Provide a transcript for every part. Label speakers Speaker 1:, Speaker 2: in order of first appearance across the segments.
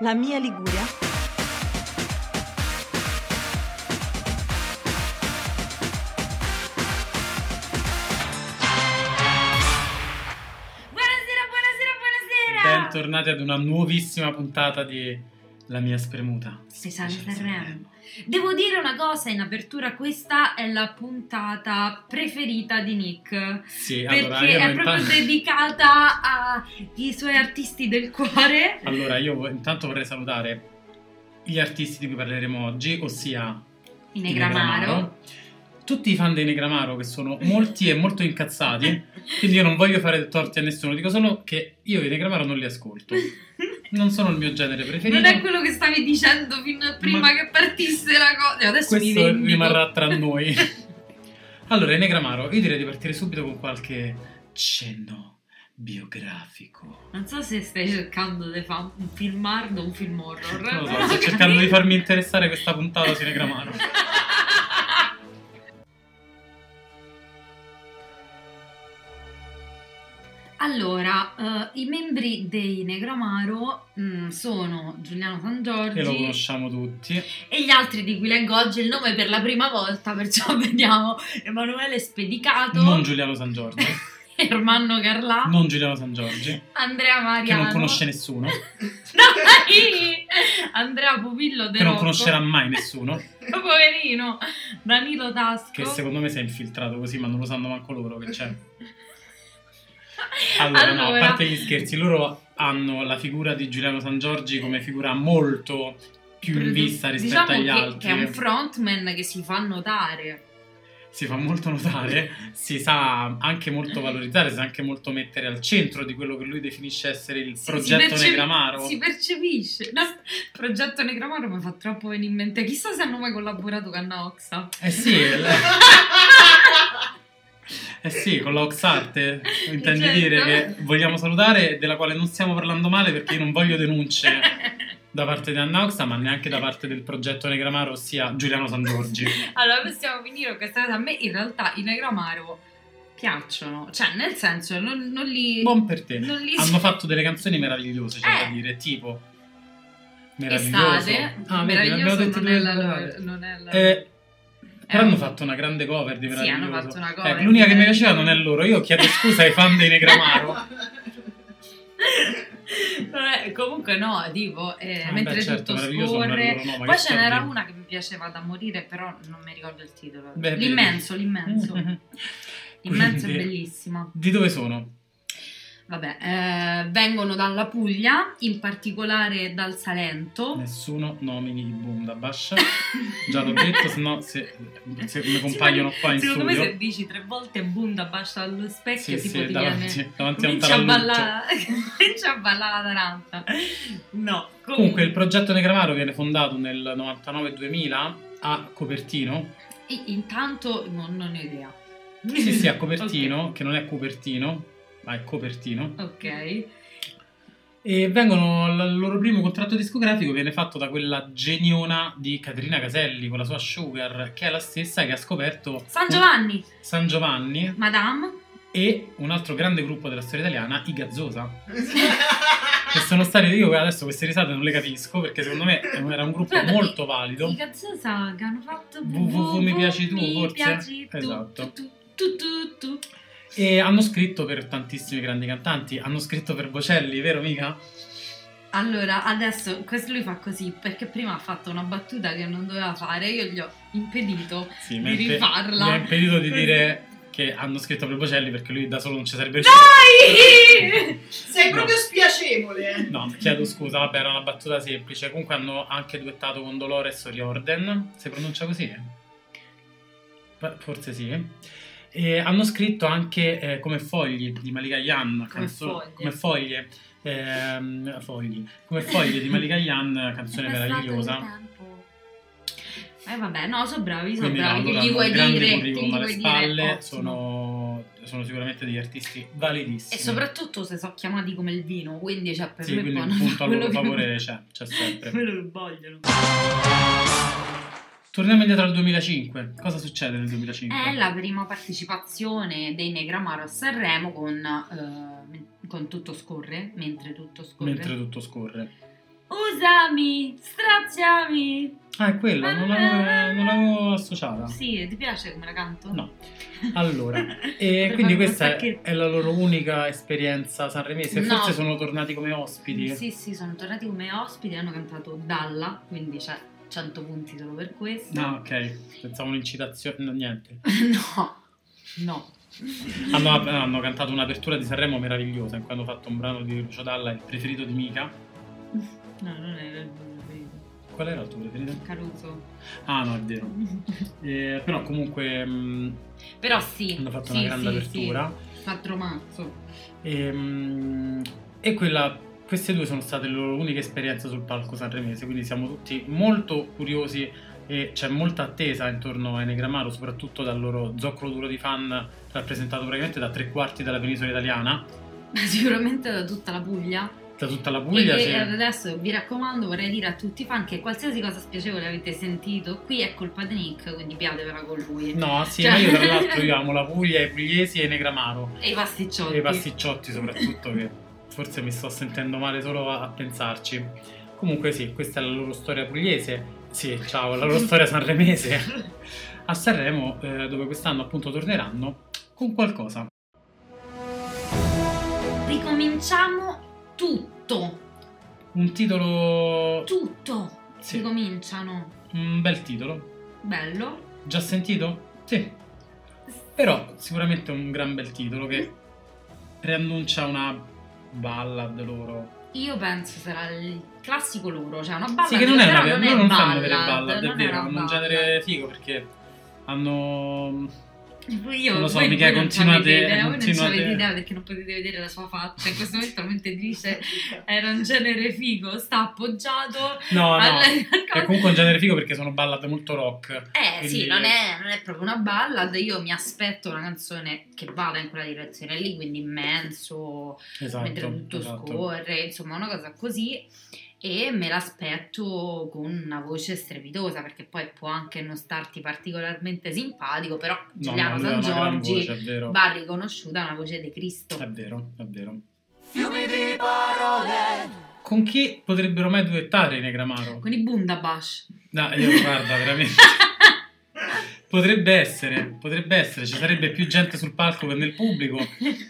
Speaker 1: La mia Liguria.
Speaker 2: Buonasera, buonasera, buonasera!
Speaker 3: Bentornati ad una nuovissima puntata di La mia spremuta.
Speaker 2: Speciale
Speaker 3: Speciale
Speaker 2: Sanremo. Devo dire una cosa in apertura, questa è la puntata preferita di Nick.
Speaker 3: Sì, allora
Speaker 2: Perché
Speaker 3: io
Speaker 2: è
Speaker 3: intanto-
Speaker 2: proprio dedicata ai suoi artisti del cuore.
Speaker 3: Allora, io vo- intanto vorrei salutare gli artisti di cui parleremo oggi, ossia
Speaker 2: I
Speaker 3: i
Speaker 2: Negramaro.
Speaker 3: Negramaro, tutti i fan dei Negramaro che sono molti e molto incazzati, quindi io non voglio fare torti a nessuno, dico solo che io i Negramaro non li ascolto, non sono il mio genere preferito.
Speaker 2: Non è quello che stavi dicendo fin prima
Speaker 3: Ma-
Speaker 2: che partisse la cosa. Adesso mi
Speaker 3: Questo
Speaker 2: vendico.
Speaker 3: rimarrà tra noi. Allora, Negramaro, io direi di partire subito con qualche cenno biografico.
Speaker 2: Non so se stai cercando di fare un film hard o un film horror.
Speaker 3: Non lo so,
Speaker 2: però
Speaker 3: sto cercando di farmi interessare questa puntata su Negramaro.
Speaker 2: Allora, eh, i membri dei Negromaro mh, sono Giuliano San
Speaker 3: E lo
Speaker 2: Giorgi
Speaker 3: conosciamo tutti.
Speaker 2: e gli altri di Guilen Goggi, il nome per la prima volta, perciò vediamo Emanuele Spedicato,
Speaker 3: Non Giuliano San Giorgio.
Speaker 2: Ermanno Carlà,
Speaker 3: Non Giuliano San Giorgio.
Speaker 2: Andrea
Speaker 3: Che
Speaker 2: Mariano,
Speaker 3: non conosce nessuno.
Speaker 2: Dai! Andrea Pupillo De
Speaker 3: Che non
Speaker 2: Rocco.
Speaker 3: conoscerà mai nessuno.
Speaker 2: Poverino, Danilo Tasco.
Speaker 3: Che secondo me si è infiltrato così, ma non lo sanno manco loro che c'è. Allora,
Speaker 2: Allora,
Speaker 3: no, a parte gli scherzi, loro hanno la figura di Giuliano San Giorgi come figura molto più in
Speaker 2: produ-
Speaker 3: vista rispetto
Speaker 2: diciamo
Speaker 3: agli
Speaker 2: che-
Speaker 3: altri. eh.
Speaker 2: Che è un frontman che si fa notare.
Speaker 3: si fa molto notare, si sa anche molto valorizzare, si sa anche molto mettere al centro di quello che lui definisce essere il
Speaker 2: Si- si
Speaker 3: progetto
Speaker 2: percepi-
Speaker 3: Negramaro.
Speaker 2: Si percepisce. No, progetto Negramaro mi fa troppo venire in mente. Chissà se hanno mai collaborato con Anna Oxa.
Speaker 3: Eh sì, l- eh sì, con la Oxarte intendi
Speaker 2: Certo.
Speaker 3: dire che vogliamo salutare, della quale non stiamo parlando male perché io non voglio denunce da parte di Anna Oxa, ma neanche da parte del progetto Negramaro, ossia Giuliano San Giorgi.
Speaker 2: Allora, possiamo finire con questa cosa. A me in realtà i Negramaro piacciono. Cioè, nel senso, non, non li...
Speaker 3: Buon per te.
Speaker 2: non li-
Speaker 3: Boh, Hanno fatto delle canzoni meravigliose, c'è
Speaker 2: Eh.
Speaker 3: da dire, tipo meraviglioso.
Speaker 2: Estate.
Speaker 3: Ah, vedi, abbiamo
Speaker 2: meraviglioso
Speaker 3: detto
Speaker 2: non
Speaker 3: due
Speaker 2: è la...
Speaker 3: parole.
Speaker 2: Non è la...
Speaker 3: Eh, però
Speaker 2: Eh.
Speaker 3: hanno fatto una grande cover di
Speaker 2: Sì,
Speaker 3: Meraviglioso.
Speaker 2: hanno fatto una cover.
Speaker 3: Ecco, l'unica che mi piaceva non è loro. Io chiedo scusa ai fan dei Eh, Negramaro.
Speaker 2: Vabbè, comunque no, tipo, eh,
Speaker 3: Ah,
Speaker 2: mentre
Speaker 3: beh, certo,
Speaker 2: tutto
Speaker 3: meraviglioso non
Speaker 2: scorre...
Speaker 3: è loro, no, ma
Speaker 2: Poi
Speaker 3: che
Speaker 2: ce n'era
Speaker 3: scandalo.
Speaker 2: una che mi piaceva da morire, però non mi ricordo il titolo.
Speaker 3: Beh,
Speaker 2: l'immenso, l'immenso. L'immenso è
Speaker 3: Quindi-
Speaker 2: bellissimo.
Speaker 3: Di dove sono?
Speaker 2: Vabbè, eh, vengono dalla Puglia, in particolare dal Salento.
Speaker 3: Nessuno nomini di Bunda Bascia. Già l'ho detto, se no se, se mi compaiono qua in
Speaker 2: Secondo me se
Speaker 3: studio.
Speaker 2: dici tre volte bunda basta allo specchio,
Speaker 3: Sì,
Speaker 2: tipo
Speaker 3: sì,
Speaker 2: ti viene...
Speaker 3: davanti, davanti a un
Speaker 2: Comincia a
Speaker 3: taralluccio.
Speaker 2: ballare, comincia a ballare la taranta. No, comunque,
Speaker 3: Comunque, il progetto Negramaro viene fondato nel 99-2000 a Copertino.
Speaker 2: I- intanto non, non ho idea.
Speaker 3: Sì, sì, a Copertino, che non è Copertino, ma è Copertino.
Speaker 2: Ok.
Speaker 3: E vengono, il loro primo contratto discografico viene fatto da quella geniona di Caterina Caselli con la sua Sugar, che è la stessa che ha scoperto
Speaker 2: San Giovanni,
Speaker 3: San Giovanni
Speaker 2: Madame.
Speaker 3: e un altro grande gruppo della storia italiana, i Gazzosa. Che sono stati, io adesso queste risate non le capisco perché secondo me era un gruppo
Speaker 2: Guarda,
Speaker 3: molto
Speaker 2: I
Speaker 3: valido.
Speaker 2: Gazzosa che hanno fatto
Speaker 3: www mi piaci tu,
Speaker 2: mi
Speaker 3: forse?
Speaker 2: piaci tu,
Speaker 3: Esatto.
Speaker 2: tu, tu, tu, tu.
Speaker 3: E hanno scritto per tantissimi grandi cantanti, hanno scritto per Bocelli, vero mica?
Speaker 2: Allora, adesso questo lui fa così perché prima ha fatto una battuta che non doveva fare, io gli ho impedito
Speaker 3: Sì,
Speaker 2: di
Speaker 3: mi ha impe-
Speaker 2: rifarla.
Speaker 3: mi ha impedito di
Speaker 2: Così.
Speaker 3: dire che hanno scritto per Bocelli perché lui da solo non ci sarebbe riuscito.
Speaker 2: Dai!
Speaker 4: Sei proprio spiacevole. eh.
Speaker 3: No, chiedo scusa, vabbè, era una battuta semplice. Comunque hanno anche duettato con Dolores Riordan. Si pronuncia così? Beh, Forse sì. E hanno scritto anche eh, Come fogli di Malika Yan,
Speaker 2: Come foglie.
Speaker 3: come foglie, ehm, fogli. Come foglie di Malika Yan, canzone meravigliosa.
Speaker 2: Eh vabbè, no, sono bravi, sono
Speaker 3: Quindi no,
Speaker 2: bravi.
Speaker 3: allora
Speaker 2: Che gli
Speaker 3: hanno un
Speaker 2: vuoi
Speaker 3: grande
Speaker 2: dire? Che gli
Speaker 3: curriculum alle
Speaker 2: vuoi dire?
Speaker 3: spalle,
Speaker 2: Ottimo.
Speaker 3: sono, sono sicuramente degli artisti validissimi.
Speaker 2: E soprattutto se sono chiamati come il vino, quindi cioè per
Speaker 3: Sì,
Speaker 2: me
Speaker 3: quindi
Speaker 2: poi
Speaker 3: un
Speaker 2: hanno
Speaker 3: punto
Speaker 2: fatto
Speaker 3: a
Speaker 2: quello
Speaker 3: loro
Speaker 2: che-
Speaker 3: favore c'è, c'è sempre.
Speaker 2: quello che vogliono.
Speaker 3: Torniamo indietro al 2005. Cosa succede nel 2005?
Speaker 2: È la prima partecipazione dei Negramaro a Sanremo con, eh, con Tutto Scorre, mentre Tutto Scorre.
Speaker 3: Mentre tutto scorre.
Speaker 2: Usami, stracciami.
Speaker 3: Ah, è quello, non
Speaker 2: ah,
Speaker 3: l'avevo, non l'avevo associata.
Speaker 2: Sì, ti piace come la canto?
Speaker 3: No. Allora, e
Speaker 2: Potrei fare
Speaker 3: quindi
Speaker 2: un
Speaker 3: questa è,
Speaker 2: sacchetto.
Speaker 3: è la loro unica esperienza sanremese.
Speaker 2: No.
Speaker 3: Forse sono tornati come ospiti.
Speaker 2: Mm, Sì, sì, sono tornati come ospiti, hanno cantato Dalla, quindi c'è 100 punti solo per questo.
Speaker 3: Ah, ok. Pensavo un'incitazione, no, niente.
Speaker 2: no, no.
Speaker 3: Hanno, hanno cantato un'apertura di Sanremo meravigliosa in cui hanno fatto un brano di Lucio Dalla, il preferito di Mica.
Speaker 2: No, non è
Speaker 3: Qual era il tuo preferito?
Speaker 2: Caruso.
Speaker 3: Ah, no, è vero. Eh, però comunque mh,
Speaker 2: Però sì,
Speaker 3: hanno fatto
Speaker 2: sì,
Speaker 3: una grande
Speaker 2: sì,
Speaker 3: apertura.
Speaker 2: Sì. Quattro mazzo.
Speaker 3: Ehm, E, quella- queste due sono state le loro uniche esperienze sul palco sanremese, quindi siamo tutti molto curiosi e c'è molta attesa intorno a Enegramaro, soprattutto dal loro zoccolo duro di fan rappresentato praticamente da tre quarti della penisola italiana,
Speaker 2: Sicuramente da tutta la Puglia.
Speaker 3: da tutta la Puglia.
Speaker 2: e
Speaker 3: sì.
Speaker 2: e adesso vi raccomando, vorrei dire a tutti i fan che qualsiasi cosa spiacevole avete sentito qui è colpa di Nick, quindi piatevela con lui.
Speaker 3: No, sì,
Speaker 2: Cioè-
Speaker 3: ma io tra l'altro io amo la Puglia, i pugliesi e Enegramaro,
Speaker 2: E i pasticciotti.
Speaker 3: e i pasticciotti soprattutto che forse mi sto sentendo male solo a, a pensarci. Comunque sì, questa è la loro storia pugliese. Sì, ciao, la loro storia sanremese. a Sanremo, eh, dove quest'anno appunto torneranno con qualcosa.
Speaker 2: Ricominciamo tutto.
Speaker 3: Un titolo.
Speaker 2: Tutto.
Speaker 3: Sì,
Speaker 2: Ricominciano.
Speaker 3: un bel titolo.
Speaker 2: Bello.
Speaker 3: Già sentito? Sì. Però sicuramente un gran bel titolo che preannuncia una ballad loro.
Speaker 2: Io penso sarà il classico loro, cioè una ballad.
Speaker 3: sì, che non è una
Speaker 2: però
Speaker 3: vera-
Speaker 2: non è
Speaker 3: loro non fanno
Speaker 2: ballad,
Speaker 3: delle ballad, è
Speaker 2: non
Speaker 3: vero,
Speaker 2: una
Speaker 3: hanno un
Speaker 2: ballad.
Speaker 3: genere figo perché hanno.
Speaker 2: Io,
Speaker 3: Non lo so,
Speaker 2: voi,
Speaker 3: mica
Speaker 2: voi non
Speaker 3: continuate-
Speaker 2: avete idea, voi non ci
Speaker 3: continuate-
Speaker 2: avete idea perché non potete vedere la sua faccia. In questo momento mentre dice era un genere figo, sta appoggiato
Speaker 3: No, no.
Speaker 2: alla-
Speaker 3: È comunque un genere figo perché sono ballad molto rock.
Speaker 2: Eh sì,
Speaker 3: quindi-
Speaker 2: non è, non è proprio una ballad, io mi aspetto una canzone che vada in quella direzione lì, quindi immenso,
Speaker 3: Esatto.
Speaker 2: mentre tutto
Speaker 3: esatto.
Speaker 2: scorre, insomma una cosa così e me l'aspetto con una voce strepitosa perché poi può anche non starti particolarmente simpatico, però
Speaker 3: No,
Speaker 2: Giuliano
Speaker 3: no, lui ha
Speaker 2: San
Speaker 3: una gran
Speaker 2: Giorgi
Speaker 3: voce, Eh, è vero.
Speaker 2: va riconosciuta una voce di Cristo.
Speaker 3: È vero, è vero.
Speaker 1: Fiumi di parole.
Speaker 3: Con chi potrebbero mai duettare i Negramaro?
Speaker 2: Con i Bundabash.
Speaker 3: No, Eh, io guarda, veramente. Potrebbe essere, potrebbe essere, ci sarebbe più gente sul palco che nel pubblico,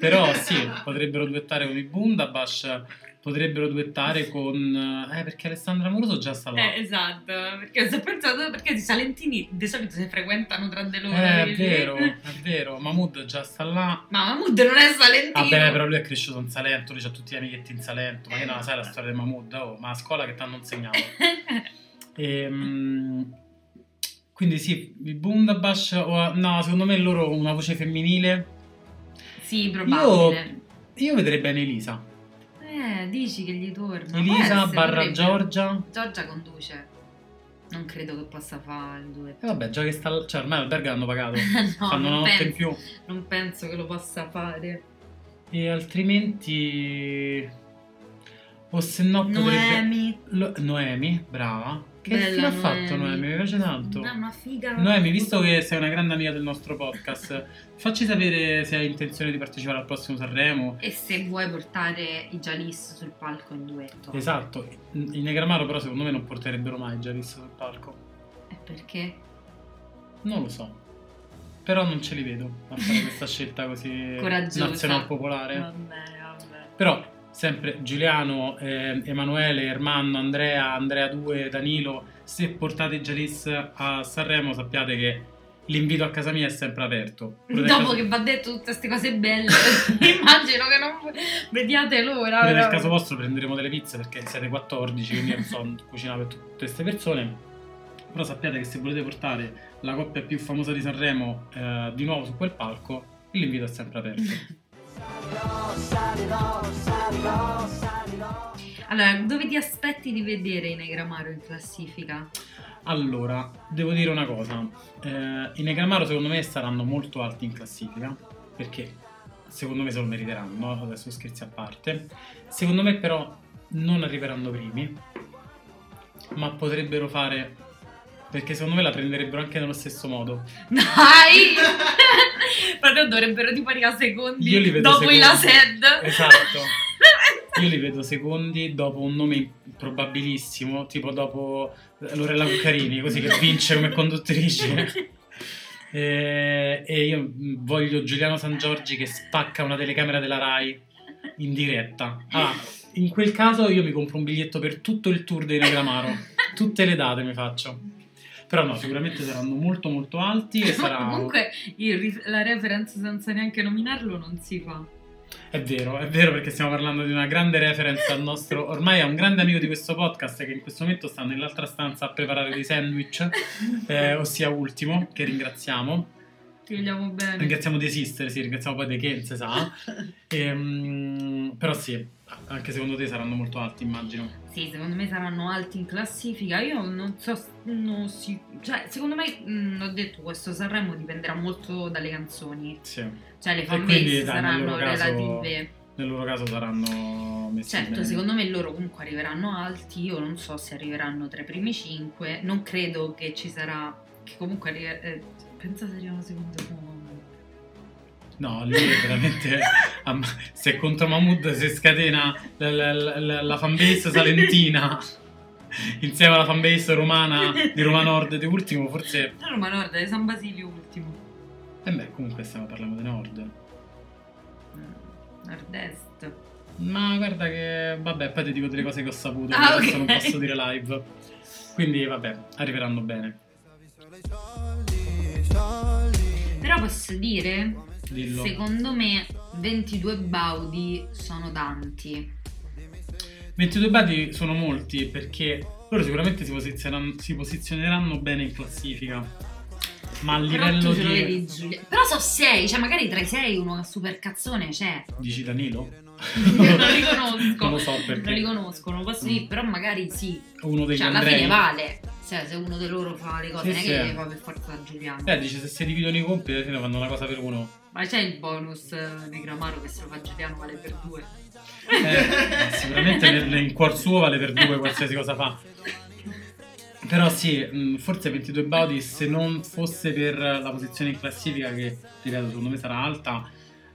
Speaker 3: però sì, potrebbero duettare con i Bundabash, potrebbero duettare con... Eh, perché Alessandra Amoroso già sta là.
Speaker 2: Eh, esatto, perché ho pensato perché i salentini di solito si frequentano tra di loro.
Speaker 3: Eh, è
Speaker 2: vedi?
Speaker 3: vero, è vero, Mahmood già sta là.
Speaker 2: Ma Mahmood non è salentino.
Speaker 3: Vabbè, Ah, però lui è cresciuto in Salento, lui ha tutti gli amichetti in Salento,
Speaker 2: Eh,
Speaker 3: ma che non la sai la storia di Mahmood, oh, ma a scuola che ti hanno insegnato. Ehm, quindi sì, il Bundabash, o- no, secondo me loro una voce femminile.
Speaker 2: sì, probabile.
Speaker 3: Io vedrei bene Elisa.
Speaker 2: Eh, dici che gli torna. Può
Speaker 3: Elisa
Speaker 2: essere,
Speaker 3: barra
Speaker 2: potrebbe.
Speaker 3: Giorgia.
Speaker 2: Giorgia conduce. Non credo che possa fare il duetto.
Speaker 3: E vabbè, già che sta... Cioè, ormai l'albergo l'hanno pagato.
Speaker 2: no,
Speaker 3: Fanno una
Speaker 2: non
Speaker 3: notte in
Speaker 2: penso,
Speaker 3: più.
Speaker 2: non penso che lo possa fare.
Speaker 3: E altrimenti... O se no potrebbe...
Speaker 2: Noemi.
Speaker 3: Lo- Noemi, brava. Che
Speaker 2: Bella
Speaker 3: fine ha fatto Noemi? Mi piace tanto.
Speaker 2: No, ma figa.
Speaker 3: Noemi, visto che sei una grande amica del nostro podcast, facci sapere se hai intenzione di partecipare al prossimo Sanremo.
Speaker 2: E se vuoi portare i Jalis sul palco in duetto.
Speaker 3: Esatto, i Negramaro però secondo me non porterebbero mai già visto sul palco.
Speaker 2: E perché?
Speaker 3: Non lo so. Però non ce li vedo a fare questa scelta così
Speaker 2: Coraggiosa.
Speaker 3: nazional popolare.
Speaker 2: Vabbè, vabbè.
Speaker 3: Però sempre Giuliano, eh, Emanuele, Ermanno, Andrea, Andrea 2, Danilo, se portate Jalis a Sanremo sappiate che l'invito a casa mia è sempre aperto. Potete
Speaker 2: Dopo
Speaker 3: a
Speaker 2: che va detto tutte queste cose belle, immagino che non vediate l'ora.
Speaker 3: Noi nel
Speaker 2: però-
Speaker 3: caso vostro prenderemo delle pizze perché siete 14, quindi non so cucinare per tutte queste persone. Però sappiate che se volete portare la coppia più famosa di Sanremo eh, di nuovo su quel palco, l'invito è sempre aperto.
Speaker 2: Allora, dove ti aspetti di vedere i Negramaro in classifica?
Speaker 3: Allora, devo dire una cosa. Eh, I Negramaro secondo me saranno molto alti in classifica, perché secondo me se lo meriteranno, adesso scherzi a parte. Secondo me però non arriveranno primi, ma potrebbero fare... perché secondo me la prenderebbero anche nello stesso modo.
Speaker 2: Dai! Proprio dovrebbero tipo arrivare secondi
Speaker 3: Io li vedo
Speaker 2: dopo i
Speaker 3: secondi.
Speaker 2: la SED.
Speaker 3: Esatto. Io li vedo secondi dopo un nome probabilissimo, tipo dopo Lorella Cuccarini, così che vince come conduttrice. Eh, E, io voglio Giuliano San Giorgi che spacca una telecamera della Rai in diretta. Ah, in quel caso io mi compro un biglietto per tutto il tour dei Negramaro, tutte le date mi faccio. Però no, sicuramente saranno molto molto alti e sarà...
Speaker 2: Comunque il ri- la reference senza neanche nominarlo non si fa.
Speaker 3: È vero, è vero perché stiamo parlando di una grande reference al nostro, ormai è un grande amico di questo podcast che in questo momento sta nell'altra stanza a preparare dei sandwich, eh, ossia ultimo, che ringraziamo.
Speaker 2: Ti vogliamo bene.
Speaker 3: Ringraziamo di esistere, sì, ringraziamo poi De che, se sa. Ehm, però sì, anche secondo te saranno molto alti, immagino.
Speaker 2: Sì, secondo me saranno alti in classifica. Io non so, non si- cioè, secondo me, mh, ho detto, questo Sanremo dipenderà molto dalle canzoni.
Speaker 3: Sì,
Speaker 2: Cioè, le
Speaker 3: E
Speaker 2: fanbase
Speaker 3: quindi, dai, nel
Speaker 2: saranno
Speaker 3: loro caso-
Speaker 2: relative.
Speaker 3: nel loro caso saranno messi
Speaker 2: Certo,
Speaker 3: bene.
Speaker 2: secondo me loro comunque arriveranno alti. Io non so se arriveranno tra i primi cinque. Non credo che ci sarà. Che comunque arrive- eh, pensa se arrivano secondo me.
Speaker 3: No, lì è veramente... am- se contro Mahmood si scatena la, la- la- la- la fanbase salentina insieme alla fanbase romana di Roma Nord di ultimo, forse...
Speaker 2: La Roma Nord è San Basilio ultimo.
Speaker 3: E beh, comunque stiamo parlando di Nord.
Speaker 2: Mm, Nord-est.
Speaker 3: Ma guarda che... Vabbè, poi ti dico delle cose che ho saputo,
Speaker 2: Ah,
Speaker 3: adesso
Speaker 2: ok.
Speaker 3: non posso dire live. Quindi vabbè, arriveranno bene.
Speaker 2: Però posso dire,
Speaker 3: Dillo.
Speaker 2: secondo me 22 baudi sono tanti.
Speaker 3: 22 Badi sono molti perché loro sicuramente si posizioneranno, si posizioneranno bene in classifica. Ma a
Speaker 2: Però
Speaker 3: livello
Speaker 2: tu ce lo
Speaker 3: di...
Speaker 2: vedi Giulia. Però so 6, cioè magari tra i 6 uno super cazzone c'è.
Speaker 3: Dici Danilo?
Speaker 2: non li conosco.
Speaker 3: Non lo so
Speaker 2: Non li
Speaker 3: perché.
Speaker 2: conosco, non lo posso dire, però magari sì.
Speaker 3: Uno degli
Speaker 2: Cioè alla fine
Speaker 3: Andrei.
Speaker 2: vale. Cioè, se uno di loro fa le cose,
Speaker 3: Sì,
Speaker 2: non è
Speaker 3: sì.
Speaker 2: che le fa per forza da Giuliano.
Speaker 3: Eh, dice se si dividono i compiti alla fine fanno una cosa per uno.
Speaker 2: Ma c'è il bonus eh, di Gramaro che se lo fa Giuliano vale per due.
Speaker 3: Eh, sicuramente nel, in cuor suo vale per due qualsiasi cosa fa. Però sì, mh, forse 22 Baudi se non fosse per la posizione in classifica che ripeto secondo me sarà alta,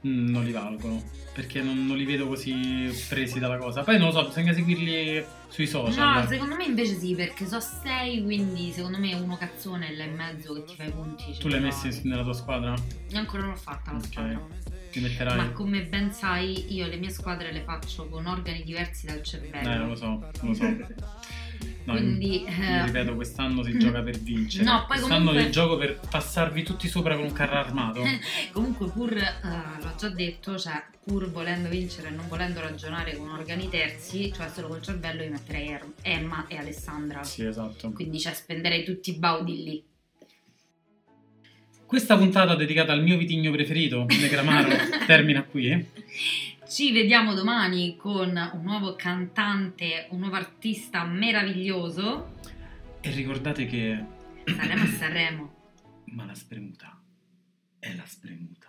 Speaker 3: mh, non li valgono. Perché non, non li vedo così presi dalla cosa. Poi non lo so, bisogna seguirli sui social.
Speaker 2: No, secondo me invece sì, perché so 6, quindi secondo me uno cazzone e là in mezzo che ti fai i punti. ce
Speaker 3: tu l'hai
Speaker 2: li
Speaker 3: messi
Speaker 2: fai.
Speaker 3: nella tua squadra?
Speaker 2: Io ancora non l'ho fatta la
Speaker 3: Ok.
Speaker 2: squadra.
Speaker 3: Li metterai?
Speaker 2: Ma come ben sai, io le mie squadre le faccio con organi diversi dal cervello.
Speaker 3: Eh, lo so, lo so. No,
Speaker 2: Quindi,
Speaker 3: Quindi,
Speaker 2: eh,
Speaker 3: ripeto, quest'anno si gioca per vincere.
Speaker 2: No, poi
Speaker 3: quest'anno
Speaker 2: comunque-
Speaker 3: si gioco per passarvi tutti sopra con un carro armato.
Speaker 2: Comunque, pur eh, l'ho già detto, cioè, pur volendo vincere e non volendo ragionare con organi terzi, cioè solo col cervello, io metterei Er- Emma e Alessandra.
Speaker 3: sì, esatto.
Speaker 2: Quindi, cioè, spenderei tutti i baudi lì.
Speaker 3: Questa puntata dedicata al mio vitigno preferito, Negramaro, termina qui.
Speaker 2: Ci vediamo domani con un nuovo cantante, un nuovo artista meraviglioso.
Speaker 3: E ricordate che...
Speaker 2: Saremo a Sanremo.
Speaker 3: Ma la spremuta è la spremuta.